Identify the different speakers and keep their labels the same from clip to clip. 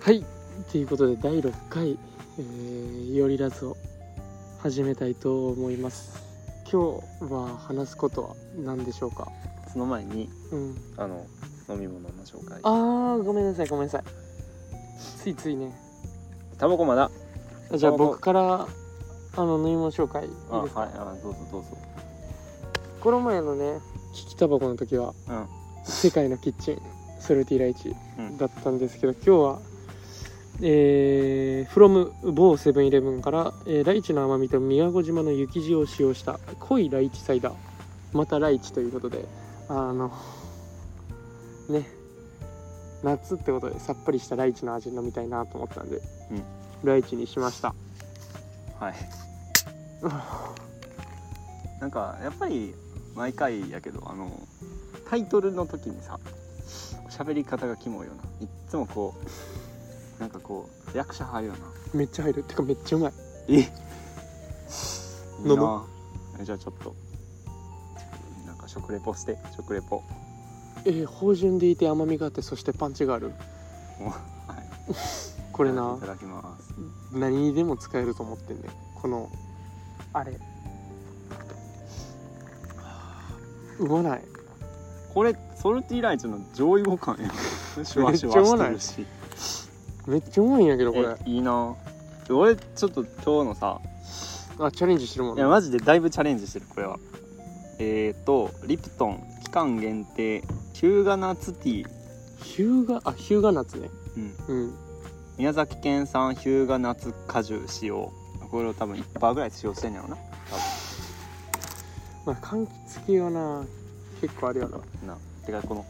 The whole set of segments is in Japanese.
Speaker 1: はいということで第6回、えー、よりラズを始めたいと思います今日は話すことは何でしょうか
Speaker 2: その前に
Speaker 1: うん
Speaker 2: あの飲み物の紹介
Speaker 1: あーごめんなさいごめんなさいついついね
Speaker 2: タバコまだ
Speaker 1: あじゃあ僕からあの飲み物紹介いい
Speaker 2: あは
Speaker 1: で
Speaker 2: い
Speaker 1: すか
Speaker 2: あどうぞどうぞ
Speaker 1: この前のね引きタバコの時は
Speaker 2: うん
Speaker 1: 「世界のキッチンソルティライチ
Speaker 2: うん」
Speaker 1: だったんですけど今日はえー、from 某セブンイレブンから、えーライチの甘みと宮古島の雪地を使用した濃いライチサイダーまたライチということであのね夏ってことでさっぱりしたライチの味飲みたいなと思ったんで、
Speaker 2: うん
Speaker 1: ライチにしました
Speaker 2: はいなんかやっぱり毎回やけどあのタイトルの時にさ喋り方がキモいよないっつもこうなんかこう役者入るよな
Speaker 1: めっちゃ入るてかめっちゃうまい
Speaker 2: えいい
Speaker 1: 飲
Speaker 2: な
Speaker 1: も
Speaker 2: えじゃあちょっとなんか食レポして食レポ
Speaker 1: えー、芳醇でいて甘みがあってそしてパンチがある
Speaker 2: はい
Speaker 1: これ
Speaker 2: い
Speaker 1: な
Speaker 2: ただきます
Speaker 1: 何にでも使えると思ってんねこのあれうまない
Speaker 2: これソルティライチの上位互 換やんシュワシュ
Speaker 1: めっちゃうまな
Speaker 2: ワ
Speaker 1: い
Speaker 2: してるし
Speaker 1: めっちゃうまいんやけどこれ
Speaker 2: えいいな俺ちょっと今日のさ
Speaker 1: あチャレンジしてるもん
Speaker 2: い
Speaker 1: ね
Speaker 2: やマジでだいぶチャレンジしてるこれはえっ、ー、とリプトン期間限定ヒューガナッツティー
Speaker 1: ヒューガあヒューガナッツね
Speaker 2: うん
Speaker 1: うん
Speaker 2: 宮崎県産ヒューガナッツ果汁使用これを多分1%ぐらい使用してんやろな
Speaker 1: まあ柑橘系はな結構あるよな
Speaker 2: なてかこの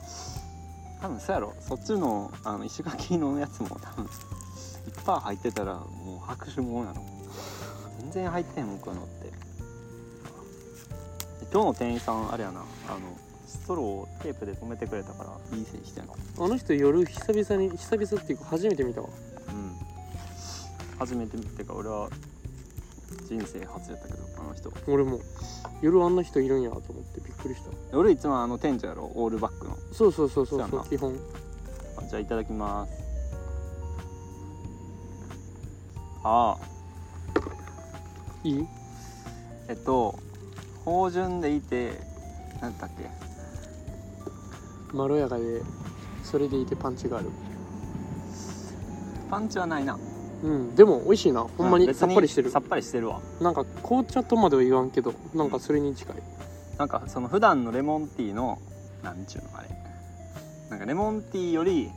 Speaker 2: 多分そうやろそっちのあの石垣のやつも多分1%入ってたらもう拍手もんやろ全然入ってへん僕はのってで今日の店員さんあれやなあのストローをテープで留めてくれたからいい線してんの
Speaker 1: あの人夜久々に久々っていうか初めて見たわ
Speaker 2: うん初めて見てか俺は人生初やったけどあの人
Speaker 1: 俺も夜あんな人いるんやと思ってびっくりした
Speaker 2: 俺いつもあの店長やろオールバックの
Speaker 1: そうそうそうそうそ
Speaker 2: そ
Speaker 1: う
Speaker 2: や
Speaker 1: う
Speaker 2: な
Speaker 1: 基本
Speaker 2: あじゃあいただきますああ
Speaker 1: いい
Speaker 2: えっと芳醇でいて何だっけ
Speaker 1: まろやかでそれでいてパンチがある
Speaker 2: パンチはないな
Speaker 1: うんでも美味しいなほんま
Speaker 2: う
Speaker 1: に
Speaker 2: 別
Speaker 1: さっぱりしてる
Speaker 2: さっぱりしてるわ
Speaker 1: なんか紅茶とまでは言わんけどなんかそれに近い
Speaker 2: なんかその普段のレモンティーのなんちゅうのあれなんかレモンティーより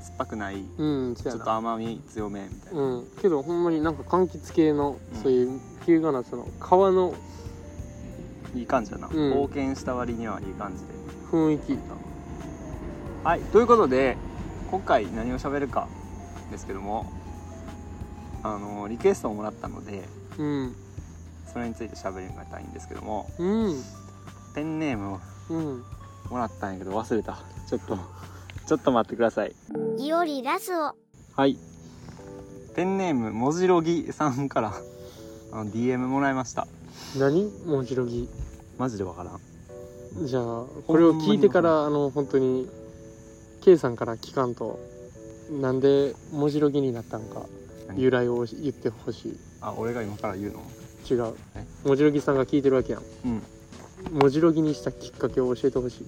Speaker 2: 酸っぱくない
Speaker 1: うん
Speaker 2: ち
Speaker 1: そ
Speaker 2: ょ
Speaker 1: う
Speaker 2: っ
Speaker 1: や
Speaker 2: と
Speaker 1: な
Speaker 2: 甘み強めみたいな、
Speaker 1: うんけどほんまになんか柑橘系の
Speaker 2: うん
Speaker 1: そういう日向夏の皮の
Speaker 2: いい感じだな、
Speaker 1: ん
Speaker 2: 冒険した割にはいい感じで
Speaker 1: 雰囲気
Speaker 2: はいということで今回何を喋るかですけどもあのリクエストをもらったので
Speaker 1: うん
Speaker 2: それについて喋りたいんですけども
Speaker 1: うん
Speaker 2: ペンネームを
Speaker 1: うん
Speaker 2: もらったんやけど忘れたちょっとちょっと待ってください
Speaker 3: いおりラスを
Speaker 2: はいペンネームもじろぎさんからあの DM もらいました
Speaker 1: 何もじろぎ
Speaker 2: マジでわからん
Speaker 1: じゃあこれを聞いてからあの本当に K さんから聞かんとなんでもじろぎになったんか
Speaker 2: 何
Speaker 1: 由来を言ってほしい
Speaker 2: あ俺が今から言うの
Speaker 1: 違う
Speaker 2: え
Speaker 1: もじろぎさんが聞いてるわけやん
Speaker 2: うん
Speaker 1: もじろぎにしたきっかけを教えてほしい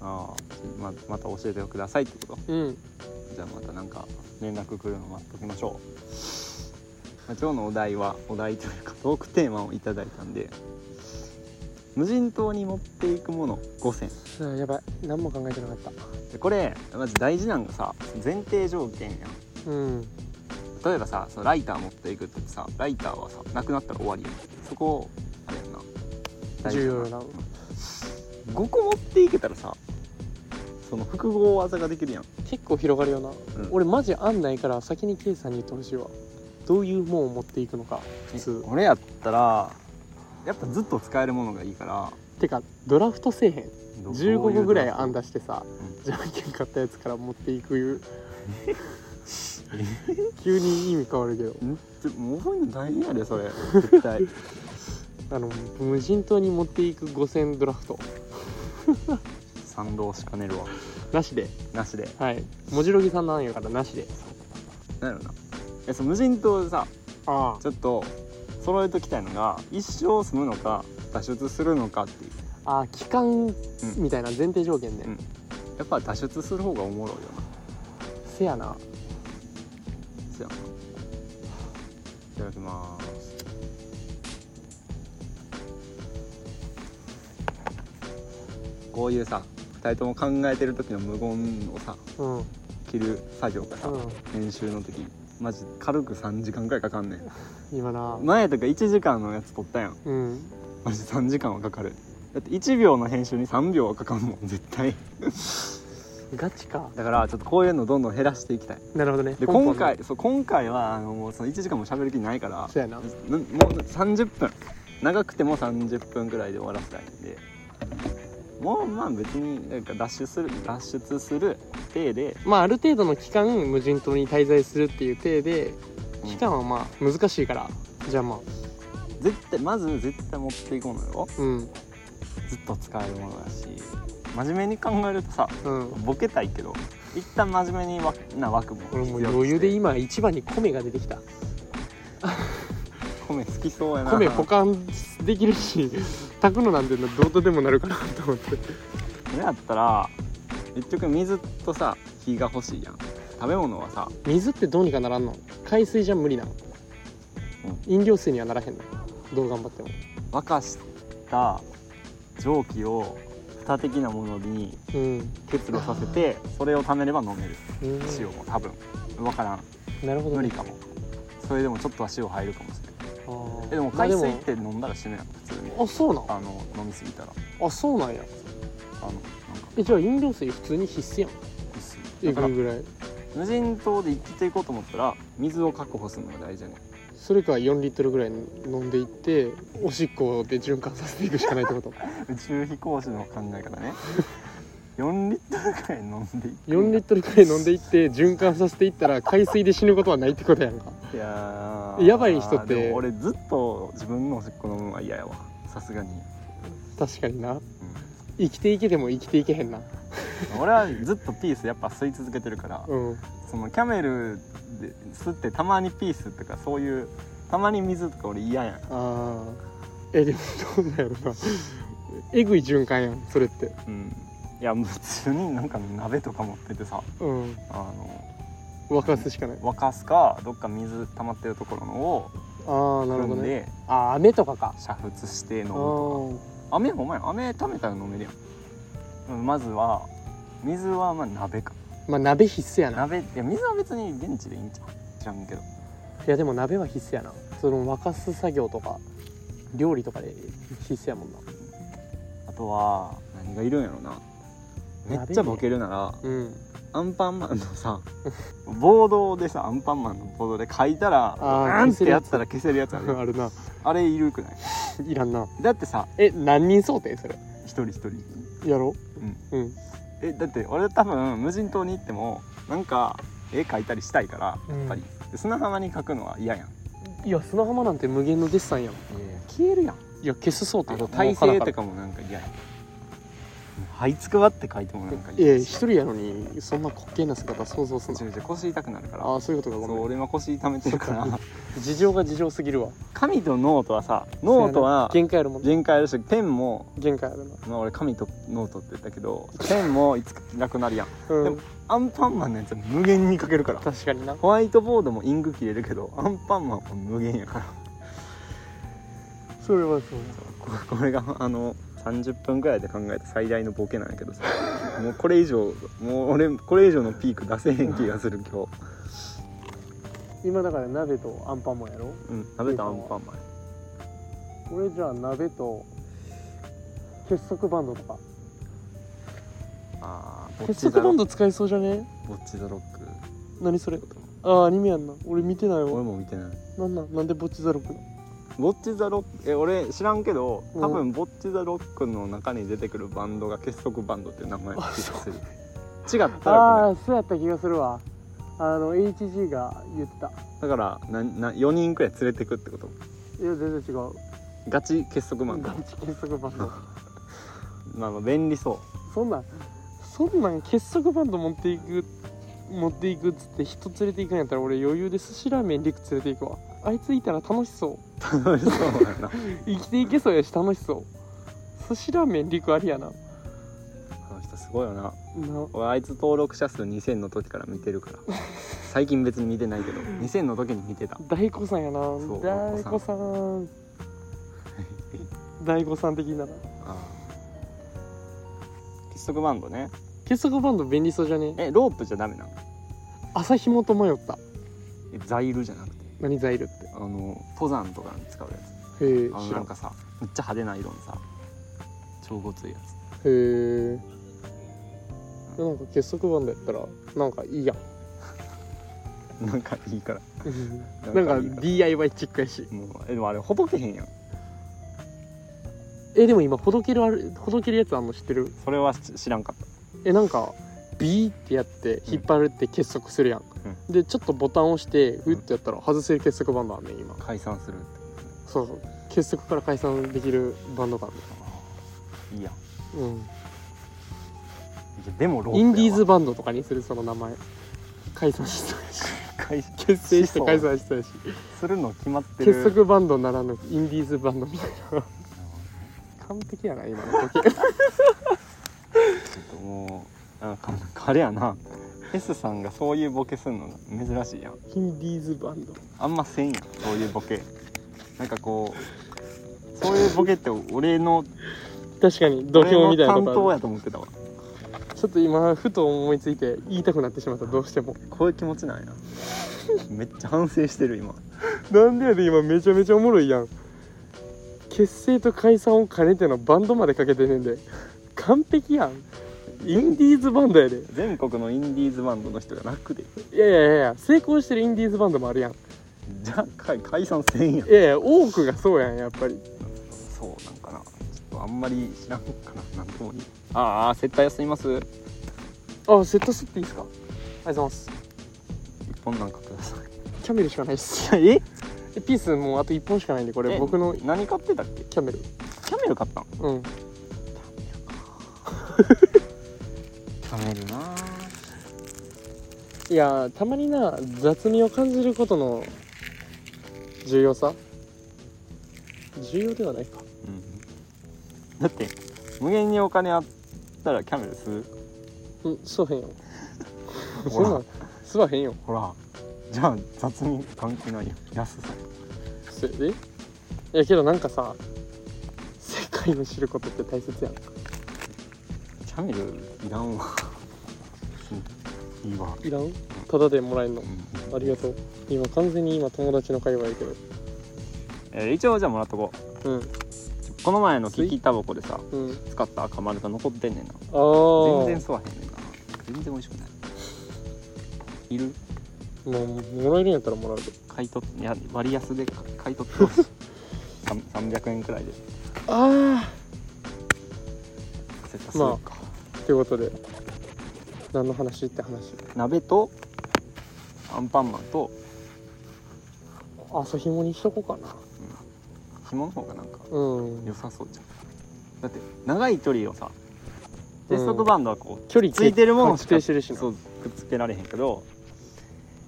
Speaker 2: ああままた教えてくださいってこと
Speaker 1: うん
Speaker 2: じゃあまたなんか連絡来るの待っときましょうまあ今日のお題はお題というかトークテーマをいただいたんで無人島に持っていくもの5選
Speaker 1: あーやばい何も考えてなかった
Speaker 2: でこれまず大事なのがさ前提条件やん
Speaker 1: うん
Speaker 2: 例えばさそのライター持っていくってさライターはさなくなったら終わりやんそこあれやんな大
Speaker 1: 重
Speaker 2: 事や
Speaker 1: 要な
Speaker 2: 5個持っていけたらさその複合技ができるやん
Speaker 1: 結構広がるよな、
Speaker 2: ん
Speaker 1: 俺マジ案ないから先に K さんに言ってほしいわどういうもんを持っていくのか普通
Speaker 2: 俺やったらやっぱずっと使えるものがいいから
Speaker 1: てかドラフトせえへん
Speaker 2: ど
Speaker 1: 15
Speaker 2: どう
Speaker 1: 個
Speaker 2: う
Speaker 1: ぐらい案出してさ
Speaker 2: う
Speaker 1: じゃんけん買ったやつから持ってい く急に意味変わるけど
Speaker 2: んちょもう覚えるの大変やでそれ絶 対
Speaker 1: あの無人島に持っていく5000ドラフト
Speaker 2: 賛同しかねるわ
Speaker 1: なしで
Speaker 2: なしで
Speaker 1: はいもじろぎさんなんやからなしで
Speaker 2: なんやろなえそう無人島でさ
Speaker 1: あ
Speaker 2: ちょっと揃えときたいのが一生住むのか脱出するのかっていう
Speaker 1: ああ期間みたいな前提条件ね、
Speaker 2: うんやっぱ脱出する方がおもろいよな
Speaker 1: せやな
Speaker 2: そやないただきますこういうさ2人とも考えてる時の無言をさ
Speaker 1: うんうん
Speaker 2: 切る作業がさ、練習の時マジ軽く3時間くらいかかんねん
Speaker 1: 今な
Speaker 2: 前とか1時間のやつ撮ったやん
Speaker 1: うん
Speaker 2: マジ3時間はかかるだって1秒の編集に3秒はかかんもん絶対
Speaker 1: ガチか
Speaker 2: だからちょっとこういうのどんどん減らしていきたい
Speaker 1: なるほどね
Speaker 2: で
Speaker 1: ポンポン
Speaker 2: 今回そう今回はあのもうその1時間も喋る気ないから
Speaker 1: そうやな
Speaker 2: なもう30分長くても30分ぐらいで終わらせたいんでもうまあ別になんか脱出する脱出する体で、
Speaker 1: まあある程度の期間無人島に滞在するっていう体で
Speaker 2: うん
Speaker 1: 期間はまあ難しいからじゃあまあ
Speaker 2: 絶対まず絶対持っていこうのよ
Speaker 1: うん
Speaker 2: ずっと使えるものだし真面目に考えるとさ
Speaker 1: うん
Speaker 2: ボケたいけど一旦真面目にわな枠も
Speaker 1: 俺も
Speaker 2: 必
Speaker 1: う
Speaker 2: 要
Speaker 1: 余裕で
Speaker 2: い
Speaker 1: 今一番に米が出てきた
Speaker 2: 米好きそうやな
Speaker 1: 米保管できるし炊くのなんてのどうとでもなるかなと思って
Speaker 2: それやったら結局水とさ火が欲しいやん食べ物はさ
Speaker 1: 水ってどうにかならんの海水じゃ無理なの、
Speaker 2: う
Speaker 1: 飲料水にはならへんのどう頑張っても
Speaker 2: 沸かした蒸気を蓋的なものに
Speaker 1: うん
Speaker 2: 結露させてそれを貯めれば飲める
Speaker 1: うん
Speaker 2: 塩も多分分からん
Speaker 1: なるほど
Speaker 2: 無
Speaker 1: ね
Speaker 2: 理かもそれでもちょっとは塩入るかもしれない
Speaker 1: あー
Speaker 2: えでも
Speaker 1: まあ
Speaker 2: 海水って飲んだら死ぬやん普通に
Speaker 1: あそうなん
Speaker 2: あの飲みすぎたら
Speaker 1: あそうなんや
Speaker 2: あのなんか
Speaker 1: えじゃあ飲料水普通に必須やん
Speaker 2: 薄い
Speaker 1: え
Speaker 2: だか
Speaker 1: ぐ
Speaker 2: ら
Speaker 1: いぐらい
Speaker 2: 無人島で生きていこうと思ったら水を確保するのが大事やねん
Speaker 1: それか4リットルぐらい飲んでいっておしっこで循環させていくしかないって こと
Speaker 2: 宇宙飛行士の考え方ね 4リットルくらい飲んでいって
Speaker 1: 4リットルくらい飲んでいって循環させていったら海水で死ぬことはないってことやんか
Speaker 2: いや
Speaker 1: やばい人って
Speaker 2: でも俺ずっと自分のおしっこ飲むのは嫌やわさすがに、
Speaker 1: 確かにな生きていけても生きていけへんな
Speaker 2: うん、俺はずっとピースやっぱ吸い続けてるから
Speaker 1: うん
Speaker 2: そのキャメルで吸ってたまにピースとかそういうたまに水とか俺嫌やん、
Speaker 1: あーえでもどうなんやろなえぐい循環やんそれって
Speaker 2: うん、いやもう普通になんか鍋とか持っててさ
Speaker 1: うん
Speaker 2: あの
Speaker 1: 沸かすしかない
Speaker 2: 沸かすかどっか水溜まってるところのを
Speaker 1: ああなる
Speaker 2: 飲
Speaker 1: ほど
Speaker 2: ん
Speaker 1: ね
Speaker 2: で
Speaker 1: あー飴とかか
Speaker 2: 煮沸して飲む
Speaker 1: あ
Speaker 2: と
Speaker 1: ー
Speaker 2: か飴お前飴食べたら飲めるやんうんまずは水はまあ鍋か
Speaker 1: まあ鍋必須やない
Speaker 2: 鍋いや水は別に現地でいいんちゃう知らんけど
Speaker 1: やでも鍋は必須やなその沸かす作業とか料理とかで必須やもんな
Speaker 2: あとは何がいるんやろなめっちゃボケるなら
Speaker 1: うん
Speaker 2: アンパンマンのさ ボードでさアンパンマンのボードで書いたら
Speaker 1: あー
Speaker 2: なんってやったら消せるやつ あ る
Speaker 1: あるな
Speaker 2: あれいるくない
Speaker 1: いらんな
Speaker 2: だってさ
Speaker 1: え何人想定それ
Speaker 2: 一人一人
Speaker 1: やろうん、
Speaker 2: えだって俺多分無人島に行ってもなんか絵描いたりしたいからやっぱり、で砂浜に描くのは嫌やん
Speaker 1: いや砂浜なんて無限のデッサンやんい
Speaker 2: 消えるやん
Speaker 1: や消す想定
Speaker 2: あ
Speaker 1: や
Speaker 2: と
Speaker 1: ん
Speaker 2: 体
Speaker 1: もう
Speaker 2: 勢
Speaker 1: はな
Speaker 2: と
Speaker 1: か
Speaker 2: かもなんか嫌やんはいつくばって書いてもなんから
Speaker 1: いや
Speaker 2: 嫌
Speaker 1: 一人やのにそんな滑稽な姿想像す
Speaker 2: めちゃ
Speaker 1: る
Speaker 2: めちゃ腰痛くなるから
Speaker 1: なああそういうことか
Speaker 2: そ
Speaker 1: ご
Speaker 2: う
Speaker 1: めん
Speaker 2: 俺今腰痛めて るから
Speaker 1: そっ事情が事情すぎるわ
Speaker 2: 紙とノートはさノートは
Speaker 1: 限界あるもん
Speaker 2: 限界あるしペンも、
Speaker 1: 限界あるな
Speaker 2: まあ、俺紙とノートって言ったけどペンもいつかなくなるやん
Speaker 1: う
Speaker 2: で
Speaker 1: ん
Speaker 2: もアンパンマンのやつは無限に書けるから
Speaker 1: 確かにな
Speaker 2: ホワイトボードもインク切れるけどアンパンマンは無限やから
Speaker 1: それはそう
Speaker 2: ここれがあの30分ぐらいで考えた最大のボケなんやけどさもうこれ以上もう俺これ以上のピーク出せへん気がする今日
Speaker 1: 今だから鍋とアンパンマンやろ
Speaker 2: うん食べたアンパンマン
Speaker 1: 俺じゃあ鍋と結束バンドとか
Speaker 2: あーぼっ
Speaker 1: 結
Speaker 2: ちザ
Speaker 1: 束バ
Speaker 2: ロ
Speaker 1: ン
Speaker 2: ック
Speaker 1: ド使えそうじゃね
Speaker 2: ぼっちザロック
Speaker 1: 何それああアニメやんな俺見てない
Speaker 2: 俺
Speaker 1: わ
Speaker 2: も見てない
Speaker 1: なんなんなんでぼっちザロックな
Speaker 2: ぼっちザロックえ俺知らんけど
Speaker 1: うん
Speaker 2: 多分ぼっちザロックの中に出てくるバンドが結束バンドっていう名前の気がする違ったら
Speaker 1: あ
Speaker 2: ごめん
Speaker 1: あそうやった気がするわあの HG が言ってたい
Speaker 2: だからなな4人くらい連れてくってこと
Speaker 1: や全然違う
Speaker 2: ガチ結束バンド
Speaker 1: ガチ結束バン ド
Speaker 2: まあまあ便利そ
Speaker 1: そんなんそんなん結束バンド持っていく持っていくっつって人連れていくんやったら俺余裕で寿司ラーメン陸連れていくわあいついたら楽しそう
Speaker 2: 楽しそうやな
Speaker 1: 生きていけそうやし楽しそう寿司ラーメン陸ありやな
Speaker 2: あの人すごいよな
Speaker 1: な
Speaker 2: 俺あいつ登録者数2000の時から見てるから最近別に見てないけど2000の時に見てた
Speaker 1: 大子さんやな
Speaker 2: う
Speaker 1: 大子さん 大子さん的なな
Speaker 2: 結束バンドね
Speaker 1: 結束バンド便利そうじゃね
Speaker 2: えロープじゃダメなの
Speaker 1: 朝ひもと迷った
Speaker 2: えザイルじゃなくて
Speaker 1: 何ザイルって
Speaker 2: あの登山とかに使うや
Speaker 1: へえ
Speaker 2: つあの
Speaker 1: 知
Speaker 2: な
Speaker 1: ら
Speaker 2: ん
Speaker 1: んへ
Speaker 2: かさめっちゃ派手な色のさ超ごついや
Speaker 1: えなんか結束バンドやったらなんかいいや ん
Speaker 2: つなんかいいから
Speaker 1: なん
Speaker 2: いい
Speaker 1: か DIY チックやし
Speaker 2: もうえでもあれほどけへんやん
Speaker 1: えでも今ほどけるあるほどけるやつあんの知ってる
Speaker 2: それはし知らんかった
Speaker 1: えなんかビーってやって引っ張るって結束するやん、
Speaker 2: う
Speaker 1: でちょっとボタン押してグッてやったら外せる結束バンドあんねん今
Speaker 2: 解散するってことね
Speaker 1: そうそう結束から解散できるバンドがある
Speaker 2: いいやん
Speaker 1: うん
Speaker 2: いやでもロープ
Speaker 1: イ
Speaker 2: やわ
Speaker 1: ンディーズバンドとかにするその名前解散しそうやし
Speaker 2: 解
Speaker 1: 結成して解散しそうやし
Speaker 2: するの決まってる
Speaker 1: 結束バンドならぬインディーズバンドみたいな完璧やな今の時
Speaker 2: ちょっともうなんかなんかあれやな S さんがそういうボケすんの珍しいやん
Speaker 1: インディーズバンド
Speaker 2: あんませんやんそういうボケなんかこうそういうボケって俺の
Speaker 1: 確かに土
Speaker 2: 俺
Speaker 1: 俵み
Speaker 2: の
Speaker 1: たいなこ
Speaker 2: 担
Speaker 1: と
Speaker 2: 当
Speaker 1: あ
Speaker 2: やと思ってたわ
Speaker 1: るちょっと今ふと思いついて言いたくなってしまったどうしても
Speaker 2: こういう気持ちなんやなめっちゃ反省してる今
Speaker 1: なんでやで今めちゃめちゃおもろいやん結成と解散を兼ねてのバンドまでかけてねんで完璧やんインディーズバンドやで
Speaker 2: 全国のインディーズバンドの人が楽で
Speaker 1: いやいやいやいや成功してるインディーズバンドもあるやん
Speaker 2: じゃあ解解散せんやん
Speaker 1: いやいや多くがそうやんやっぱり
Speaker 2: そうなんかなちょっとあんまり知らんかななんとも言えんああ接待休みま
Speaker 1: あ
Speaker 2: す
Speaker 1: セット吸っていいですかありがとうございます
Speaker 2: 一本なんかくださ
Speaker 1: キャメルしかないっす
Speaker 2: いえ
Speaker 1: えピースもうあと1本しかないんでこれ
Speaker 2: え
Speaker 1: 僕のキ
Speaker 2: 何買ってたっけ
Speaker 1: ャメル
Speaker 2: キャメル買ったん
Speaker 1: うん
Speaker 2: キャメルない
Speaker 1: やたまにな雑味を感じることの重要さ重要ではないか
Speaker 2: うんだって無限にお金あったらキャメル吸
Speaker 1: う
Speaker 2: う
Speaker 1: んそう へんよそ
Speaker 2: ほ
Speaker 1: ん
Speaker 2: ら
Speaker 1: なんすわへんよ
Speaker 2: ほらじゃあ雑に関係ないやん安さ
Speaker 1: それでいやけどなんかさ世界を知ることって大切やん
Speaker 2: キャメルいらんわいいわ
Speaker 1: いらんただでもらえんの
Speaker 2: うん
Speaker 1: ありがとう今完全に今友達の会話やけ
Speaker 2: えー一応じゃあもらっとこう
Speaker 1: どうん
Speaker 2: この前のキキタバコでさ
Speaker 1: うん
Speaker 2: 使った赤丸が残ってんねん
Speaker 1: あ
Speaker 2: な
Speaker 1: あ
Speaker 2: 全然吸わへんねんな全然美味しくないいる
Speaker 1: もうもらえるんやったらもらうで
Speaker 2: 買い取っいや割安で買い取ってほ しい三300円くらいで
Speaker 1: あ
Speaker 2: 絶対そうか、
Speaker 1: あということで何の話って話
Speaker 2: 鍋とアンパンマンと
Speaker 1: 朝ひもにしとこうかな
Speaker 2: 紐の方がなんか
Speaker 1: うん
Speaker 2: 良さそうじゃんだって長い距離をさ結束バンドはこう
Speaker 1: 距離
Speaker 2: ついてるものし
Speaker 1: 確
Speaker 2: か
Speaker 1: 定してるしな
Speaker 2: そうくっつけられへんけど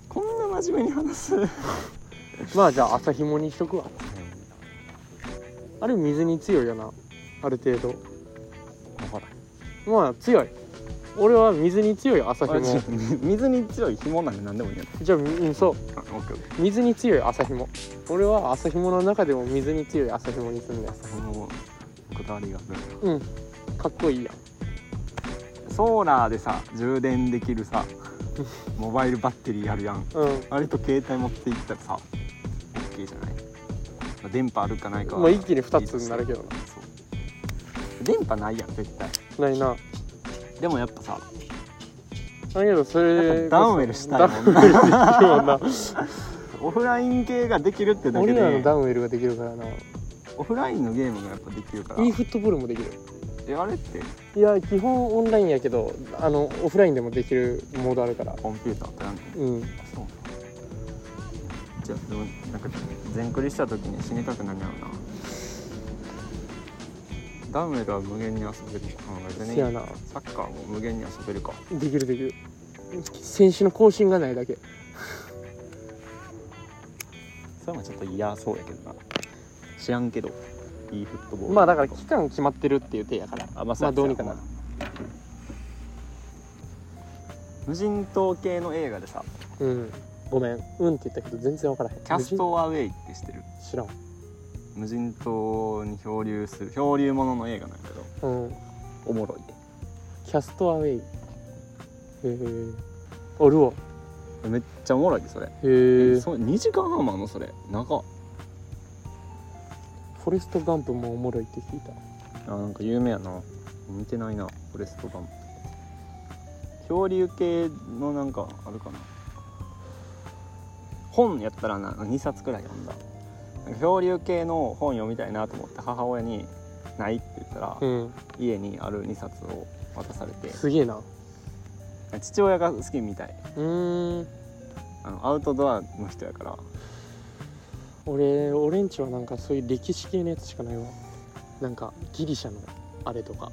Speaker 2: こんな真面目に話す
Speaker 1: まあじゃあ朝ひもにしとくわあれ水に強いよなある程度まあ強い俺は水に強い朝ひも
Speaker 2: 水に強い紐なんで何でもいいやつ
Speaker 1: じゃあうんそう
Speaker 2: あオッケーオッケ
Speaker 1: 水に強い朝ひも俺は朝ひもの中でも水に強い朝ひもにすんだよ
Speaker 2: ーそのこだわりが来る
Speaker 1: うんかっこいいやん
Speaker 2: ソーラーでさ充電できる さモバイルバッテリーあるやん
Speaker 1: うん
Speaker 2: あれと携帯持っていったらさ OK じゃない、まあ、電波あるかないかは
Speaker 1: まあ一気に2つになるけど
Speaker 2: そう電波ないやん絶対
Speaker 1: なないな
Speaker 2: でもやっぱさ
Speaker 1: だけどそれ
Speaker 2: ダウンウェルしたい
Speaker 1: ダウン
Speaker 2: もんな
Speaker 1: ウェルできるもんな
Speaker 2: オフライン系ができるってだけ
Speaker 1: 俺らの
Speaker 2: で
Speaker 1: ダウンウェルができるからな
Speaker 2: オフラインのゲームがやっぱできるから
Speaker 1: e フットボールもできる
Speaker 2: えあれって
Speaker 1: いや基本オンラインやけどあのオフラインでもできるモードあるから
Speaker 2: コンピューターってなんの
Speaker 1: うん
Speaker 2: そうなんじゃあでもなんか全クリした時に死にたくなるやろなダウンウェルは無限に遊べるのかな
Speaker 1: せやな
Speaker 2: サッカーも無限に遊べるか
Speaker 1: できるできる選手の更新がないだけ
Speaker 2: それもちょっと嫌そうやけどな知らんけどいいフットボール
Speaker 1: まあだから期間決まってるっていう手やから
Speaker 2: あまあ
Speaker 1: ま
Speaker 2: そうや
Speaker 1: あどうにかなる
Speaker 2: 無人島系の映画でさ
Speaker 1: うんごめんうんって言ったけど全然分からへん
Speaker 2: 「キャスト・アウェイ」って知って
Speaker 1: 無
Speaker 2: る
Speaker 1: 人知らん
Speaker 2: 無人島に漂流する漂流ものの映画なんやけど
Speaker 1: うん
Speaker 2: おもろいで
Speaker 1: キャストアウェイへえおるわ
Speaker 2: めっちゃおもろいでそれ、
Speaker 1: へえフ
Speaker 2: そう2時間半もあんのそれ長っ
Speaker 1: ォレストガンプもおもろいって聞いた
Speaker 2: あなんか有名やな見てないなフォレストガンプ漂流系のなんかあるかな本やったらな2冊くらい読んだなんか漂流系の本読みたいなと思って母親に「ない」って言ったら、
Speaker 1: うん
Speaker 2: 家にある2冊を渡されて
Speaker 1: すげえなう
Speaker 2: 父親が好きみたい
Speaker 1: ーん
Speaker 2: あのアウトドアの人やから
Speaker 1: 俺俺んちはなんかそういう歴史系のやつしかないわなんかギリシャのあれとか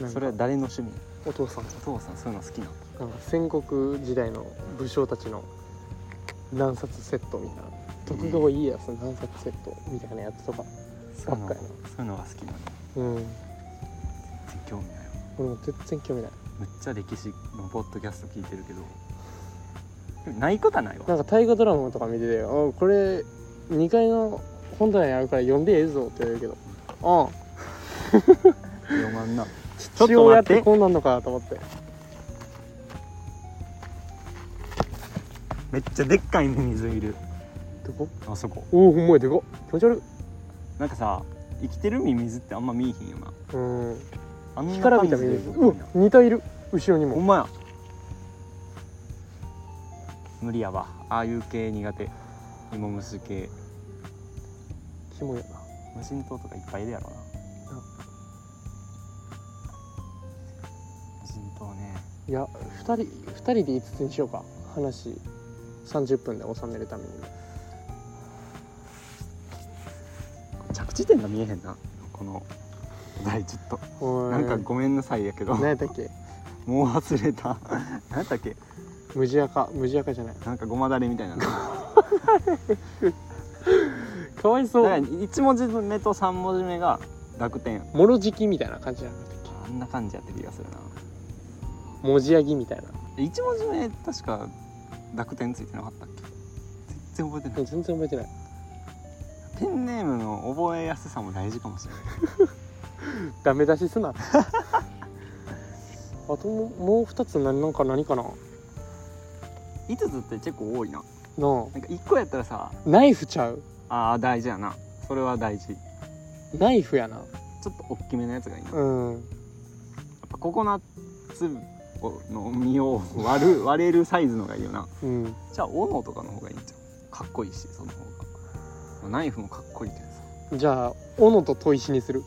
Speaker 1: なんか
Speaker 2: それは誰の趣味
Speaker 1: お父さん
Speaker 2: お父さんそういうの好きな
Speaker 1: な
Speaker 2: の
Speaker 1: んか戦国時代の武将たちの何冊セットみたいな徳川家康の何冊セットみたいなやつとか
Speaker 2: そ
Speaker 1: ば
Speaker 2: ういう
Speaker 1: っ
Speaker 2: の
Speaker 1: か
Speaker 2: が
Speaker 1: や
Speaker 2: そ
Speaker 1: な
Speaker 2: ういうのが好きなの
Speaker 1: うん
Speaker 2: 全然興味ないわ
Speaker 1: 俺も全然興味ない
Speaker 2: めっちゃ歴史のポッドキャスト聞いてるけどでもないことはないわ
Speaker 1: なんか大河ドラマとか見てて「あこれ2階の本棚にあるから読んでええぞ」って言われるけど「ああ
Speaker 2: 読まんなちょっ
Speaker 1: 父
Speaker 2: と
Speaker 1: 親っ
Speaker 2: 待ってて
Speaker 1: こうなんのか」と思って
Speaker 2: めっちゃでっかいミミズいる
Speaker 1: でこ
Speaker 2: あそこ
Speaker 1: おおほんまやでこ気持ち悪い
Speaker 2: なんかさ生きてるミミズってあんま見えひんよな
Speaker 1: うん
Speaker 2: あん
Speaker 1: 干
Speaker 2: な
Speaker 1: から
Speaker 2: 感
Speaker 1: び
Speaker 2: じ
Speaker 1: た
Speaker 2: で
Speaker 1: 目
Speaker 2: 動
Speaker 1: です
Speaker 2: く
Speaker 1: うん
Speaker 2: や
Speaker 1: わ似たいる後ろに
Speaker 2: ほ
Speaker 1: も
Speaker 2: んまや無理やわああいう系苦手芋虫系
Speaker 1: キモいな
Speaker 2: 無人島とかいっぱいいるやろ
Speaker 1: う
Speaker 2: な
Speaker 1: ん
Speaker 2: 無人島ね
Speaker 1: いや2人2人で5つにしようか話30分で収めるために
Speaker 2: 着地点が見えへんなこの題ちょっと
Speaker 1: おい
Speaker 2: なんかごめんなさいやけど
Speaker 1: 何やったっけ
Speaker 2: もう忘れた何やったっけ
Speaker 1: 無地赤無地赤じゃない
Speaker 2: なんかごまだれみたいなのだか
Speaker 1: かわいそ
Speaker 2: ら1文字目と3文字目が濁点
Speaker 1: もろじきみたいな感じじゃなかったっ
Speaker 2: あんな感じやってる気がするな
Speaker 1: けもじやぎみたいな
Speaker 2: 1文字目確か濁点ついてなかったっけ全然覚えてない
Speaker 1: もう全然覚えてない
Speaker 2: ペンネームの覚えやすさも大事かもしれない
Speaker 1: ダメ出しすな あとももう2つ何なんか何かなな
Speaker 2: 5つって結構多いな
Speaker 1: あ
Speaker 2: なんか1個やったらさ
Speaker 1: ナイフちゃう
Speaker 2: ああ大事やなそれは大事ち
Speaker 1: ナイフやな
Speaker 2: ょっと大きめのやつがいいなやっ
Speaker 1: うん
Speaker 2: ぱココナッツの実を割る割れるサイズのがいいよな
Speaker 1: うん
Speaker 2: じゃあ斧とかの方がいいんじゃんかっこいいしその方が、まあナイフもかっこいいけどさ
Speaker 1: じゃあ斧と砥石にする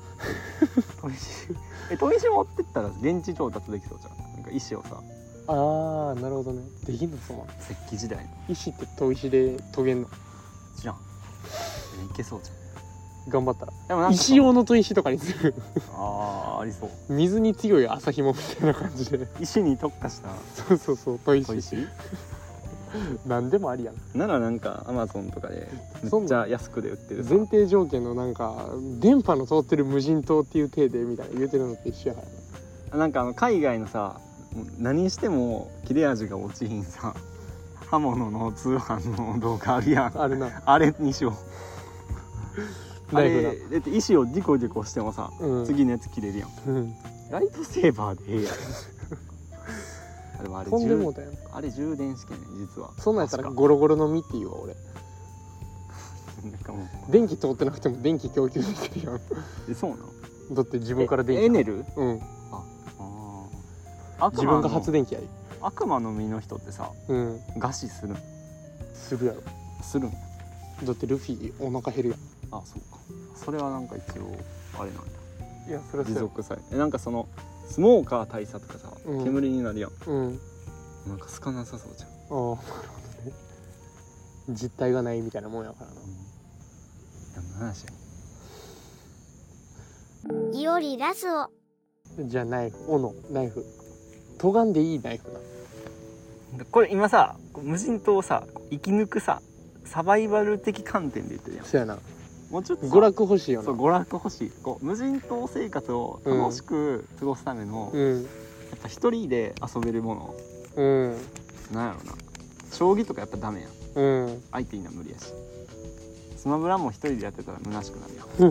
Speaker 2: 砥石え砥石持ってったら現地調達できそうじゃんなんか石をさ
Speaker 1: ああなるほどねできんのその
Speaker 2: 石器時代の
Speaker 1: 石って砥石で研げんの
Speaker 2: 知らんえいけそうじゃん
Speaker 1: 頑張ったら
Speaker 2: でもなんか
Speaker 1: 石用の砥石とかにする
Speaker 2: ああありそう
Speaker 1: 水に強い朝ひもみたいな感 じで
Speaker 2: 石に特化した
Speaker 1: そうそうそう砥石
Speaker 2: 砥石
Speaker 1: 何でもありやん
Speaker 2: ならなんかアマゾンとかでめっちゃ安くで売ってるさ
Speaker 1: 前提条件のなんか電波の通ってる無人島っていう体でみたいな言うてるのと一緒やからな
Speaker 2: なんかあの海外のさ何しても切れ味が落ちひんさ刃物の通販の動画あるやん
Speaker 1: あ るな
Speaker 2: あれにしようあ
Speaker 1: ナイフ
Speaker 2: れ
Speaker 1: な
Speaker 2: だって石をデコデコしてもさ、
Speaker 1: うん
Speaker 2: 次のやつ切れるやん
Speaker 1: うん
Speaker 2: ライトセーバーでええやんあでもあれ
Speaker 1: 飛んでも
Speaker 2: 充
Speaker 1: うたやん
Speaker 2: あれ充電式やねん実は
Speaker 1: そんなんやったら
Speaker 2: 確
Speaker 1: ゴロゴロの実って言うわ俺
Speaker 2: かなんかもう
Speaker 1: 電気通ってなくても電気供給できるやん
Speaker 2: えそうなの
Speaker 1: だって自分から電気
Speaker 2: えエネル
Speaker 1: うん
Speaker 2: あー悪魔
Speaker 1: 自分が発
Speaker 2: 電
Speaker 1: 電機やり
Speaker 2: 悪魔の実の人ってさ
Speaker 1: うん
Speaker 2: 餓死するん
Speaker 1: するやろ
Speaker 2: するん
Speaker 1: だってルフィお腹減るや
Speaker 2: あそうかそれはなんか一応あれなんだ
Speaker 1: んいやそれ
Speaker 2: 持続さえなんかそのスモーカー大佐とかさ、
Speaker 1: うん
Speaker 2: 煙になるやん
Speaker 1: うん
Speaker 2: なんか少なさそうじゃん、
Speaker 1: ああなるほどね実体がないみたいなもんやからな
Speaker 2: 何の話や
Speaker 3: いおりラスを
Speaker 1: じゃあナイフ斧ナイフ尖んでいいナイフな
Speaker 2: これ今さこう無人島をさこう生き抜くさサバイバル的観点で言ってるやん
Speaker 1: そうやな
Speaker 2: もうちょっとさ
Speaker 1: 娯楽欲しいよ
Speaker 2: そう
Speaker 1: な
Speaker 2: 娯楽欲しいこう無人島生活を楽しく過ごすための、
Speaker 1: う
Speaker 2: や
Speaker 1: ん
Speaker 2: っぱ一人で遊べるもの
Speaker 1: うん
Speaker 2: なんやろな将棋とかやっぱダメやん
Speaker 1: うん
Speaker 2: 相手いな無理やしスマブラも一人でやってたら虚しくなるや
Speaker 1: うん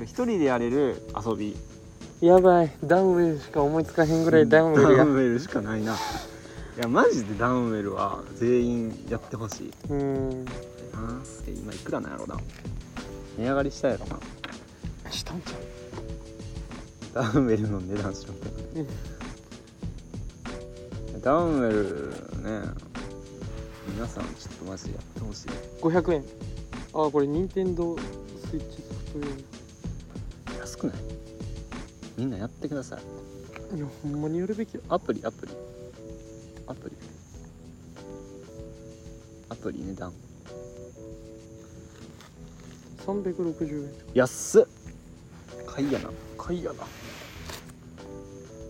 Speaker 2: で一人でやれる遊び
Speaker 1: やばいダンベルしか思いつかへんぐらいダンベルが
Speaker 2: ダンベルしかないないやマジでダンベルは全員やってほしい
Speaker 1: うん
Speaker 2: なえ今いくらなんやろな値上がりしたやろな
Speaker 1: したんちゃう
Speaker 2: ダウンウェルの値段しろって、ダウンウェルね皆さんちょっとマジでやってほしい
Speaker 1: 500円あこれ任天堂スイッチソフト用
Speaker 2: 安くないみんなやってください
Speaker 1: いやほんまにやるべきや
Speaker 2: アプリアプリアプリアプリ値段
Speaker 1: 360円
Speaker 2: 安っ買いやな
Speaker 1: 買いやな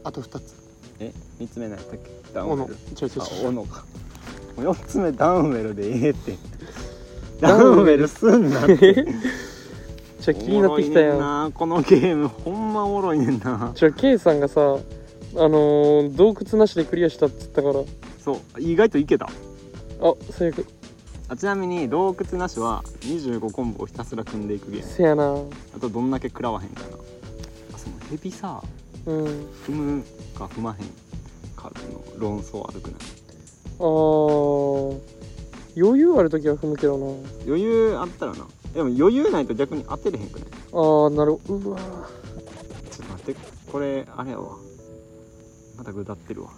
Speaker 1: あと2つ
Speaker 2: え三3つ目何やったっけダウンウ
Speaker 1: 斧
Speaker 2: ェル
Speaker 1: ちょいちょい
Speaker 2: あ
Speaker 1: ちょい
Speaker 2: 斧かもう4つ目ダウンウェルでええってダウンウェルすんなって
Speaker 1: じゃ気になってきた
Speaker 2: おもろいねん
Speaker 1: よ
Speaker 2: なこのゲームほんまおもろいねんな
Speaker 1: じゃあ K さんがさあのー、洞窟なしでクリアしたっつったから
Speaker 2: そう意外といけた
Speaker 1: あ最悪
Speaker 2: あちなみに洞窟なしは25コンボをひたすら組んでいくゲーム
Speaker 1: せやな
Speaker 2: あとどんだけ食らわへんかなあそのヘビさ
Speaker 1: うん
Speaker 2: 踏むか踏まへんかの論争悪くない
Speaker 1: あー余裕ある時は踏むけどな
Speaker 2: 余裕あったらなでも余裕ないと逆に当てれへんくない
Speaker 1: あーなるほどうわー
Speaker 2: ちょっと待ってこれあれやわまたぐだってるわ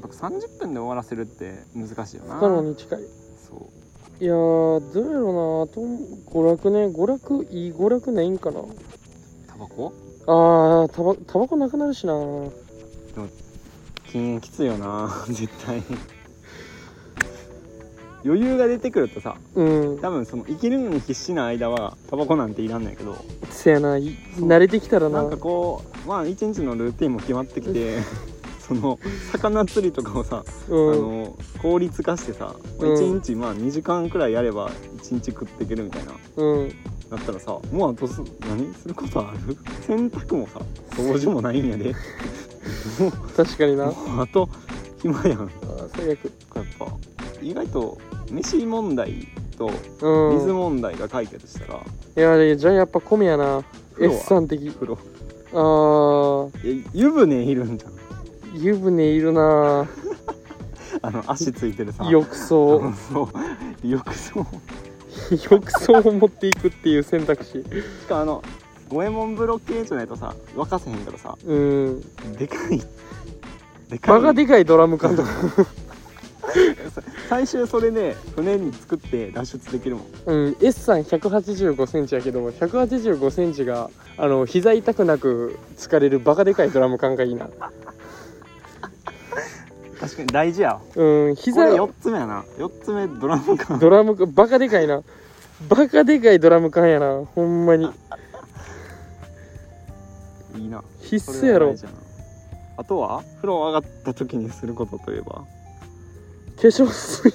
Speaker 2: 僕30分で終わらせるって難しいよな
Speaker 1: 不可能に近い
Speaker 2: そう
Speaker 1: いやーどうやろうなあと娯楽ね娯楽いい娯楽ないんかな
Speaker 2: タバコ
Speaker 1: あータバタバコなくなるしな
Speaker 2: 禁煙きついよな 絶対余裕が出てくるとさ
Speaker 1: うん
Speaker 2: 多分その生きるのに必死な間はタバコなんていらんねんけど
Speaker 1: せやない
Speaker 2: そう
Speaker 1: 慣れてきたら
Speaker 2: な
Speaker 1: なん
Speaker 2: かこうまあ一日のルーティンも決まってき てその魚釣りとかをさ、
Speaker 1: うん
Speaker 2: あの効率化してさ一
Speaker 1: うん
Speaker 2: 日まあ2時間くらいやれば一日食っていけるみたいな
Speaker 1: うん
Speaker 2: なったらさもうあとす何することある 洗濯もさ掃除もないんやでも
Speaker 1: 確かに
Speaker 2: う
Speaker 1: なあ
Speaker 2: もうあと暇や
Speaker 1: ー
Speaker 2: ん
Speaker 1: 最悪
Speaker 2: やっぱ意外と飯問題と
Speaker 1: うん
Speaker 2: 水問題が解決したら、
Speaker 1: いやーじゃあやっぱ米やな
Speaker 2: 風呂
Speaker 1: S さ
Speaker 2: は
Speaker 1: ん的
Speaker 2: 風呂
Speaker 1: あー
Speaker 2: え湯船いるんじ ゃん
Speaker 1: 湯船いるな
Speaker 2: あの足ついてるさ
Speaker 1: 浴槽
Speaker 2: あのそう浴槽
Speaker 1: 浴槽を持っていくっていう選択肢
Speaker 2: しかもあの五右衛門風呂系じゃないとさ沸かせへんからさ
Speaker 1: うん
Speaker 2: でかいでか
Speaker 1: バ
Speaker 2: い
Speaker 1: カでかいドラム缶とか
Speaker 2: 最終それで船に作って脱出できるもん
Speaker 1: うん S さん1 8 5センチやけど1 8 5センチがあの膝痛くなく疲れるバカでかいドラム缶がいいな
Speaker 2: 確かに大事やわ
Speaker 1: うん
Speaker 2: こ
Speaker 1: 膝
Speaker 2: れ4つ目やな4つ目ドラム缶
Speaker 1: ドラム缶バカでかいなバカでかいドラム缶やなほんまに
Speaker 2: いいな
Speaker 1: 必
Speaker 2: そ
Speaker 1: 須
Speaker 2: れ
Speaker 1: や
Speaker 2: は
Speaker 1: ろ
Speaker 2: 大事なあとは風呂上がった時にすることといえば
Speaker 1: 化粧水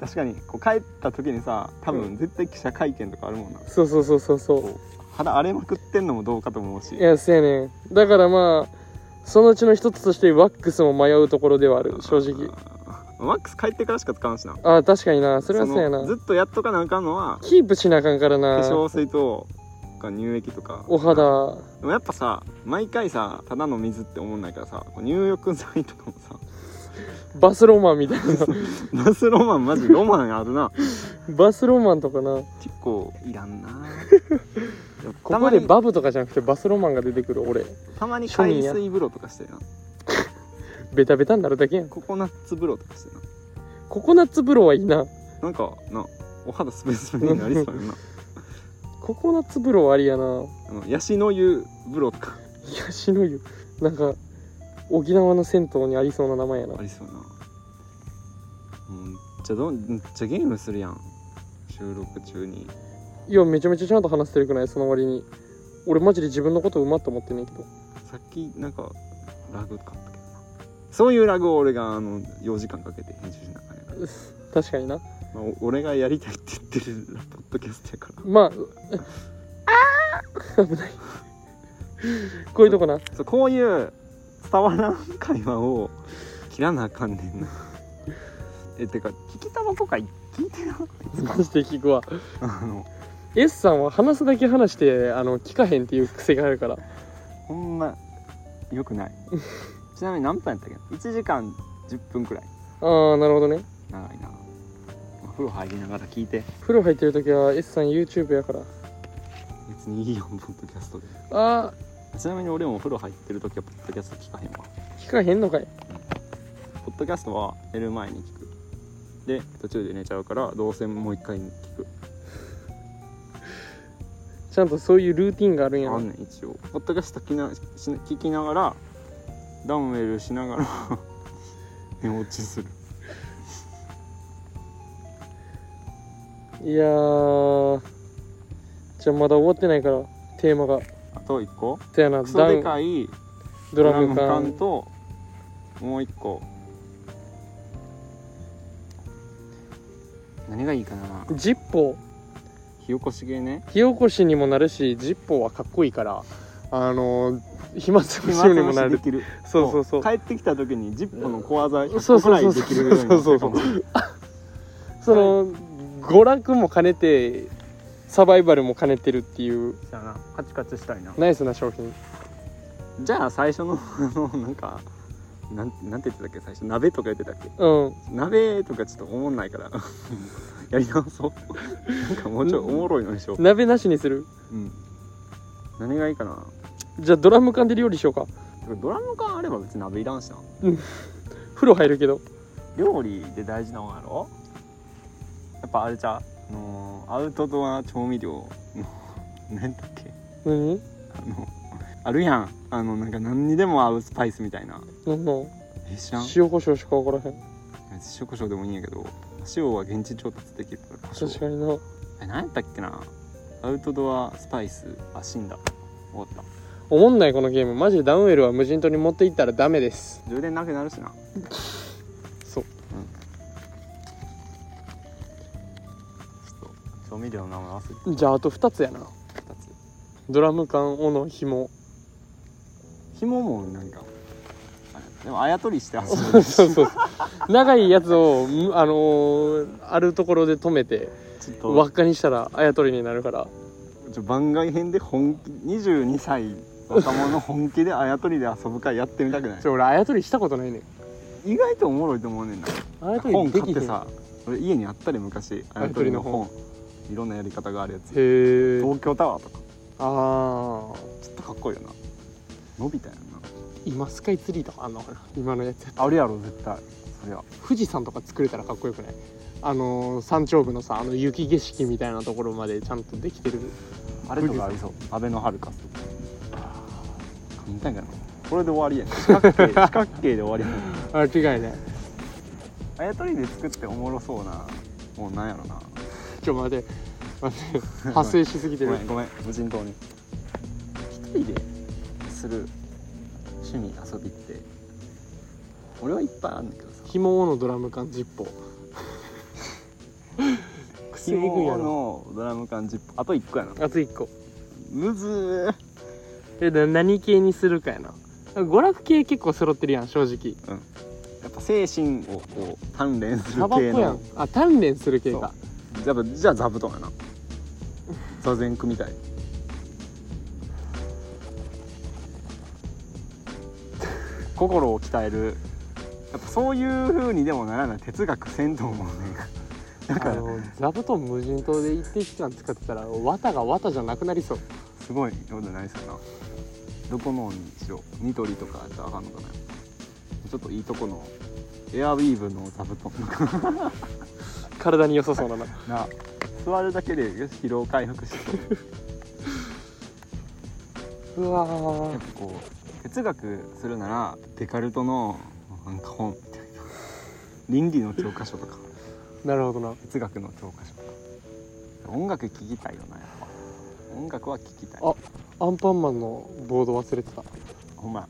Speaker 2: 確かにこう帰った時にさ多分絶対記者会見とかあるもんな、
Speaker 1: そうそうそうそうそう
Speaker 2: 肌荒れまくってんのもどうかと思うし
Speaker 1: いやそうやねんだからまあそのうちの一つとしてワックスも迷うところではある正直
Speaker 2: うんマックス帰ってからしか使わんしな
Speaker 1: あ確かになそれはそうや
Speaker 2: の
Speaker 1: な
Speaker 2: ずっとやっとかなあかんのは
Speaker 1: キープしなあかんから
Speaker 2: 化
Speaker 1: な
Speaker 2: 粧水とか乳液とか
Speaker 1: お肌
Speaker 2: でもやっぱさ毎回さただの水って思んないからさこう入浴剤とかもさ
Speaker 1: バスロマンみたいな
Speaker 2: バスロマンマジロマンあるな
Speaker 1: バスロマンとかな
Speaker 2: 結構いら んな
Speaker 1: ここで
Speaker 2: たまに
Speaker 1: バブとかじゃなくてバスロマンが出てくる俺
Speaker 2: たまに
Speaker 1: 庶民
Speaker 2: 海
Speaker 1: や
Speaker 2: 水風呂とかしてるな
Speaker 1: ベタベタになるだけやん
Speaker 2: ココナッツ風呂とかしてるな
Speaker 1: ココナッツ風呂はいいな
Speaker 2: なんかなお肌スベスベになりそうや な
Speaker 1: ココナッツ風呂はありやな
Speaker 2: あのヤシの湯風呂とか
Speaker 1: 癒しの湯なんか沖縄の銭湯にありそうな名前やな
Speaker 2: ありそうやなもうめっちゃどんめっちゃゲームするやん収録中に
Speaker 1: いやめちゃめちゃちゃんと話してるくないその割に俺マジで自分のことうまって思ってんねんけど
Speaker 2: さっきなんかラグかったけどなそういうラグを俺があの4時間かけて編集しなあかんやから、
Speaker 1: うっ確かにな
Speaker 2: まあ、お俺がやりたいって言ってるポッドキャストやから
Speaker 1: まあうあー危ないこういうとこな
Speaker 2: そうこういう伝わらん会話を切らなあかんねんなえてか聞きたばとか聞いてなかったですか
Speaker 1: マジで聞くわ
Speaker 2: あの
Speaker 1: S さんは話すだけ話してあの聞かへんっていう癖があるから
Speaker 2: ほんまよくないちなみに何分やったっけ1時間10分くらい
Speaker 1: ああなるほどね
Speaker 2: 長いなお風呂入りながら聞いて
Speaker 1: 風呂入ってる時は S さん YouTube やから
Speaker 2: 別にいいよポッドキャストで
Speaker 1: あ
Speaker 2: ちなみに俺もお風呂入ってる時はポッドキャスト聞かへんわ
Speaker 1: ー聞かへんのかい
Speaker 2: ポッドキャストは寝る前に聞くで途中で寝ちゃうからどうせもう一回聞く
Speaker 1: ちゃんとそういうルーティンがあるんや
Speaker 2: あん
Speaker 1: な
Speaker 2: ねん一応ポッドキャスト聞きなし聞きながらダウンウェルしながら 寝落ちする
Speaker 1: いやーじゃあまだ終わってないからテーマが
Speaker 2: あと一個
Speaker 1: せやな
Speaker 2: クソ
Speaker 1: ダウ
Speaker 2: で
Speaker 1: ン
Speaker 2: かい
Speaker 1: ドラム
Speaker 2: ド
Speaker 1: 缶
Speaker 2: ともう一個何がいいかな
Speaker 1: ジッポー
Speaker 2: 火起こし 系ね
Speaker 1: 火起こしにもなるしジッポーはかっこいいからあのー暇つぶし
Speaker 2: 暇
Speaker 1: に
Speaker 2: つ
Speaker 1: も
Speaker 2: ぶ
Speaker 1: な
Speaker 2: しで
Speaker 1: る
Speaker 2: きる
Speaker 1: そうそうそう
Speaker 2: も帰ってきた時にジッポの小技
Speaker 1: そうそ
Speaker 2: 100
Speaker 1: うそ
Speaker 2: 個く
Speaker 1: う
Speaker 2: らいできるぐらいになってるかもしれない
Speaker 1: その娯楽も兼ねてサバイバルも兼ねてるっていう
Speaker 2: そうやなカチカチしたいな
Speaker 1: ナイスな商品
Speaker 2: じゃあ最初のあのなんかなんなんて言ってたっけ最初鍋とか言ってたっけ
Speaker 1: うん
Speaker 2: 鍋とかちょっとおもんないから やり直そうなんかもうちょい おもろいのにしよう、
Speaker 1: 鍋なしにする
Speaker 2: うん、何がいいかな
Speaker 1: じゃあドラム缶で料理しようか
Speaker 2: ドラム缶あれば別に鍋いらんしな
Speaker 1: 風呂入るけど
Speaker 2: 料理で大事なもんやろやっぱあれじゃうあのーアウトドア調味料の何だっけ
Speaker 1: 何
Speaker 2: あのあるやんあのなんか何にでも合うスパイスみたいな
Speaker 1: 何の
Speaker 2: え知らん
Speaker 1: 塩コショウしか分からへん
Speaker 2: 塩コショウでもいいんやけど塩は現地調達できるから胡椒
Speaker 1: 確かにな
Speaker 2: え何やったっけなアウトドアスパイスあ死んだ終わった
Speaker 1: おもんないこのゲームマジでダウンウェルは無人島に持っていったらダメです
Speaker 2: 充電なくなるし な
Speaker 1: そう
Speaker 2: ちょっと調味料の名前忘れて
Speaker 1: じゃああと2つやな
Speaker 2: 2
Speaker 1: ドラム缶斧の紐
Speaker 2: つ紐もなんかあれでもあやとりして遊
Speaker 1: そ
Speaker 2: ぶ
Speaker 1: うそう長いやつをむあのーあるところで止めて
Speaker 2: ちょっと
Speaker 1: 輪っかにしたらあやとりになるから
Speaker 2: ちょ番外編で本気22歳若者本気であやとりで遊ぶ会やってみたくない
Speaker 1: ちょ俺あやとりしたことないねん
Speaker 2: 意外とおもろいと思うねんな
Speaker 1: あやと
Speaker 2: 本
Speaker 1: りできへ
Speaker 2: 買って
Speaker 1: んへ
Speaker 2: さ俺家にあったり昔あやとりの本いろんなやり方があるやつ
Speaker 1: え
Speaker 2: 東京タワーとか
Speaker 1: ああ
Speaker 2: ちょっとかっこいいよな伸びたよな
Speaker 1: 今スカイツリーとかあんのかな今のやつや
Speaker 2: あるやろ絶対そりゃ
Speaker 1: 富士山とか作れたらかっこよくないあのー山頂部のさあの雪景色みたいなところまでちゃんとできてる
Speaker 2: あれと
Speaker 1: 富士山
Speaker 2: かありそう安倍のハルカスとか見たいんかなこれで終わりやん四角形四角形で終わりやん
Speaker 1: あ違いない
Speaker 2: あやとりで作っておもろそうなもうなんやろな
Speaker 1: ちょ待て待て発生しすぎて
Speaker 2: ご
Speaker 1: る
Speaker 2: めんごめん無人島に一人でする趣味遊びって俺はいっぱいあるんだけどさ
Speaker 1: 紐のドラム缶ジッ ポ癖いくんやろ
Speaker 2: のドラム缶ジップあと1個やな
Speaker 1: あと1個
Speaker 2: むず
Speaker 1: えだ何系にするかやな娯楽系結構揃ってるやん正直
Speaker 2: ーやっぱ精神をこう鍛錬す
Speaker 1: タ
Speaker 2: る
Speaker 1: バコ
Speaker 2: 系の
Speaker 1: やんあ鍛錬する系か
Speaker 2: やっぱじゃあ座布団やな座禅組みたい心を鍛えるやっぱそういうふうにでもならない哲学せんと思うねだか
Speaker 1: あ
Speaker 2: ら
Speaker 1: の座布団無人島で一定期間使ってたら綿が綿じゃなくなりそう
Speaker 2: すごいことになりそうやなどこのにしようニトリとかやったらあかんのかなちょっといいとこのエアウィーヴの座布団とか
Speaker 1: 体に良さそうだな
Speaker 2: な座るだけでよし疲労回復しそう
Speaker 1: うわー
Speaker 2: やっぱこう哲学するならデカルトのなんか本みたいな倫理の教科書とか
Speaker 1: なるほどな
Speaker 2: 哲学の教科書とか音楽聴きたいよなやっぱ音楽は聴きたい
Speaker 1: あアンパンマンのボード忘れてた
Speaker 2: ほんまや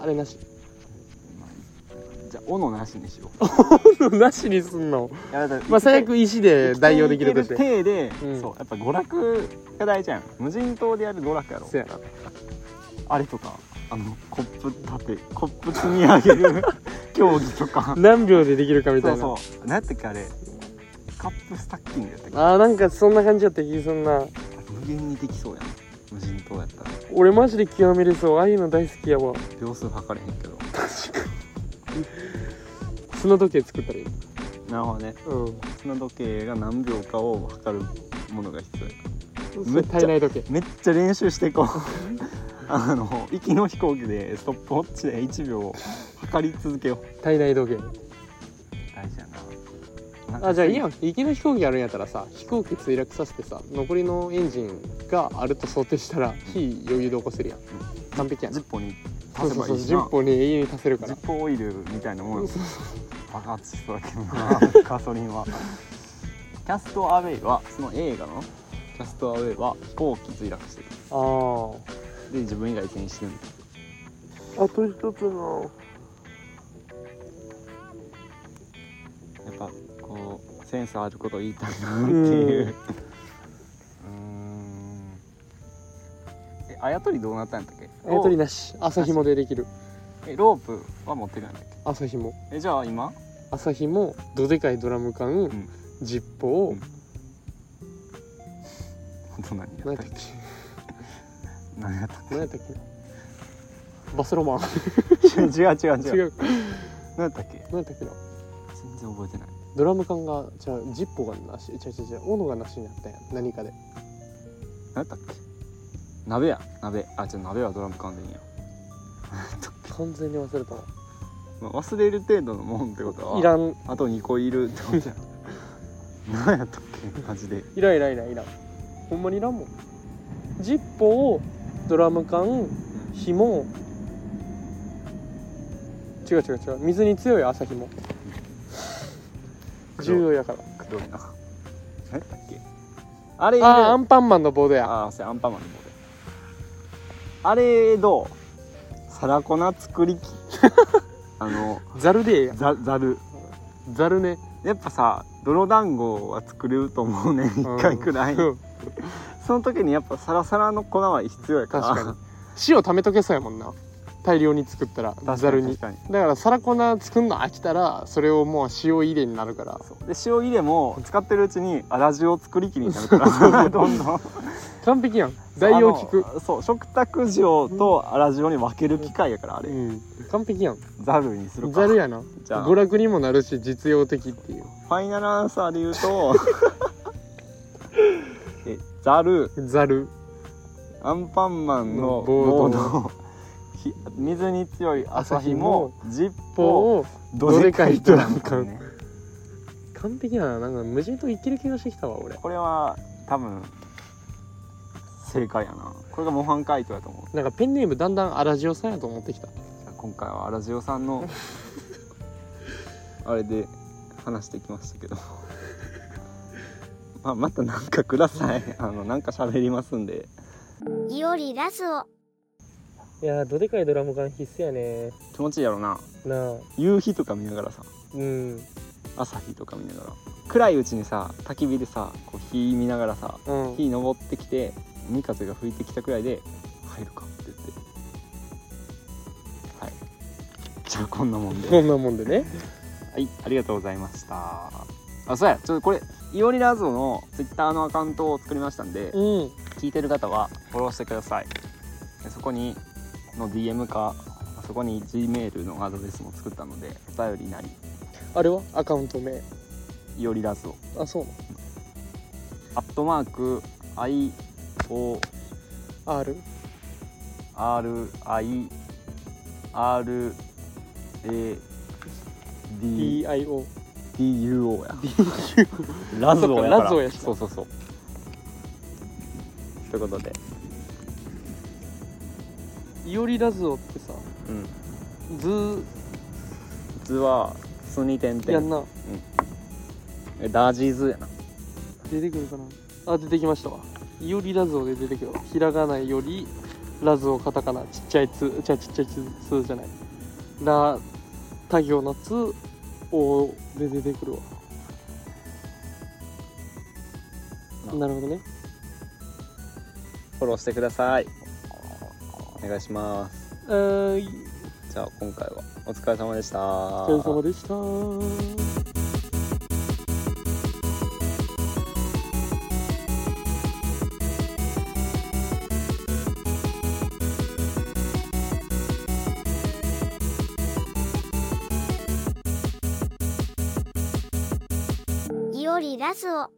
Speaker 1: あれなし
Speaker 2: まあじゃあ斧なしにしよ う
Speaker 1: なしにすんの
Speaker 2: いやだか ら
Speaker 1: まあ最悪石で代用できるとし て
Speaker 2: 生きていける体で、
Speaker 1: うん
Speaker 2: そうやっぱ娯楽が大事やん無人島でやる娯楽やろ
Speaker 1: そうやな
Speaker 2: あれとかあのコップ立てコップ積み上げ る競技と か
Speaker 1: 何秒でできるかみたい
Speaker 2: そう
Speaker 1: な
Speaker 2: そう何やったっけあれカップスタッキングやったっけ
Speaker 1: あーなんかそんな感じだった気そんな
Speaker 2: 無限にできそうやん無人島やったら
Speaker 1: 俺マジで極めれそうああいうの大好きやわ
Speaker 2: 秒数測れへんけど
Speaker 1: 砂時計作ったらいい
Speaker 2: なるほどね
Speaker 1: うん
Speaker 2: 砂時計が何秒かを測るものが必要や
Speaker 1: それ体内時計
Speaker 2: めっちゃ練習していこう あの行きの飛行機でストップウォッチで1秒を測り続けよう
Speaker 1: 体内時計
Speaker 2: 大事やな
Speaker 1: あじゃあいいやん行きの飛行機あるんやったらさ飛行機墜落させてさ残りのエンジンがあると想定したら火余裕で起こせるやん完璧やん
Speaker 2: ジッポに
Speaker 1: そう
Speaker 2: 足
Speaker 1: そ
Speaker 2: せ
Speaker 1: う
Speaker 2: ば
Speaker 1: そ
Speaker 2: いういし
Speaker 1: 10
Speaker 2: な
Speaker 1: 本に永遠に足せるか
Speaker 2: ジ
Speaker 1: ら
Speaker 2: ッポオイルみたいなも
Speaker 1: そ
Speaker 2: ん
Speaker 1: うそう
Speaker 2: 爆発し そうだけどなガソリンはキャストアウェイはその映画のキャストアウェイは飛行機墜落してる
Speaker 1: そうあ
Speaker 2: で自分以外全員死ぬ
Speaker 1: ああと一つの
Speaker 2: やっぱこうセンスあること言いたいなっていううーんえあやとりどうなったんだっけ
Speaker 1: あやとり
Speaker 2: ロ
Speaker 1: なし朝紐でできる
Speaker 2: ーえロープは持ってるんだっけ
Speaker 1: 朝紐
Speaker 2: えじゃあ今
Speaker 1: 朝紐どでかいドラム缶、
Speaker 2: ん
Speaker 1: ジッポを、
Speaker 2: うん本当何や
Speaker 1: 何や
Speaker 2: った
Speaker 1: っ
Speaker 2: った
Speaker 1: っ
Speaker 2: け
Speaker 1: け
Speaker 2: 何やったっ
Speaker 1: 何やったっけバスロマン
Speaker 2: け 違う違う違う
Speaker 1: 違う
Speaker 2: 何やったっけ
Speaker 1: 何やったっけな
Speaker 2: 全然覚えてない
Speaker 1: ドラム缶がじゃあジッポがなし違う違う違う斧がなしになったやん何かで
Speaker 2: 何やったっけ鍋や鍋あじゃ鍋はドラム缶でいいんや、
Speaker 1: 完全に忘れたな
Speaker 2: まあ、忘れる程度のもんってことはい
Speaker 1: らん
Speaker 2: あと2個いるってことや 何やったっけマジで
Speaker 1: いらんいらんいらんいらんほんまにいらんもんジッポをドラム缶紐違う違う違う水に強い朝紐重要やから
Speaker 2: 黒いな何やったっけあれ
Speaker 1: あーアンパンマンのボードや
Speaker 2: あーそれアンパンマンの方であれどうサラコナ作 り機あの
Speaker 1: ザルでええやん
Speaker 2: ざざる
Speaker 1: ザルね
Speaker 2: やっぱさ泥団子は作れると思うねん一回くらい、
Speaker 1: うん
Speaker 2: その時にやっぱサラサラの粉は必要やから
Speaker 1: 確かに塩貯めとけそうやもんな大量に作ったら
Speaker 2: 確かに
Speaker 1: ザルに
Speaker 2: 確かに
Speaker 1: だから皿粉作んの飽きたらそれをもう塩入れになるから
Speaker 2: そうで塩入れも使ってるうちにあラジオ作り機になるか ら どんどん
Speaker 1: 完璧やん代用効く
Speaker 2: あのそう食卓塩とアラジオに分ける機械やからあ
Speaker 1: う
Speaker 2: れ
Speaker 1: ん完璧やん
Speaker 2: ざるにするか
Speaker 1: ざるやな
Speaker 2: じゃあ
Speaker 1: 娯楽にもなるし実用的っていう
Speaker 2: ファイナルアンサーで言う とえザル
Speaker 1: ざる
Speaker 2: アンパンマンの
Speaker 1: ボ
Speaker 2: ボ
Speaker 1: ー
Speaker 2: ー
Speaker 1: ド
Speaker 2: ド ひ水に強い朝日もジッポー
Speaker 1: ポを
Speaker 2: どでかいドラム缶ね
Speaker 1: 完璧やななんか無人島いける気がしてきたわ俺
Speaker 2: これは多分正解やなこれが模範解答やと思う
Speaker 1: なんかペンネームだんだんアラジオさんやと思ってきた
Speaker 2: じゃあ今回はラジオさんのあれで話してきましたけどまあまたなんかくださいあのなんか喋りますんで
Speaker 3: いおりラスを
Speaker 1: いやーどでかいドラム缶必須やね
Speaker 2: 気持ちいいやろな
Speaker 1: なあ
Speaker 2: 夕日とか見ながらさ
Speaker 1: うん
Speaker 2: 朝日とか見ながら暗いうちにさ焚き火でさこう火見ながらさ
Speaker 1: うん
Speaker 2: 火登ってきて海風が吹いてきたくらいで入るかって言ってはいじゃあこんなもん で
Speaker 1: こんなもんでね
Speaker 2: はい、ありがとうございました。あ、そうや、ちょっとこれ、イオリラゾのツイッターのアカウントを作りましたんで、
Speaker 1: うん
Speaker 2: 聞いてる方はフォローしてください。でそこにの DM か、そこに Gmail のアドレスも作ったので、お便りなり、
Speaker 1: あれはアカウント名
Speaker 2: イオリラゾ
Speaker 1: あそう
Speaker 2: アットマーク、I、O、
Speaker 1: な R
Speaker 2: R、I、R、A、D、
Speaker 1: DIO
Speaker 2: D、U、O や。ラズオや
Speaker 1: そっか
Speaker 2: から。
Speaker 1: ラズオやしな
Speaker 2: そうそうそう。ということで。
Speaker 1: いおりラズオってさ
Speaker 2: うん、
Speaker 1: 図
Speaker 2: 図は普通に点
Speaker 1: や
Speaker 2: 々
Speaker 1: んな
Speaker 2: えダージーズやな
Speaker 1: 出てくるかなあ出てきましたわいよりラズオで出てきたわひらがなよりラズオカタカナちっちゃいつじゃあちっちゃいつつじゃないラ他行のつおで出てくるわなるほどね
Speaker 2: フォローしてくださいお願いします
Speaker 1: あーい
Speaker 2: じゃあ今回はお疲れ様でしたお
Speaker 1: お疲れ様でした
Speaker 3: いおりラスを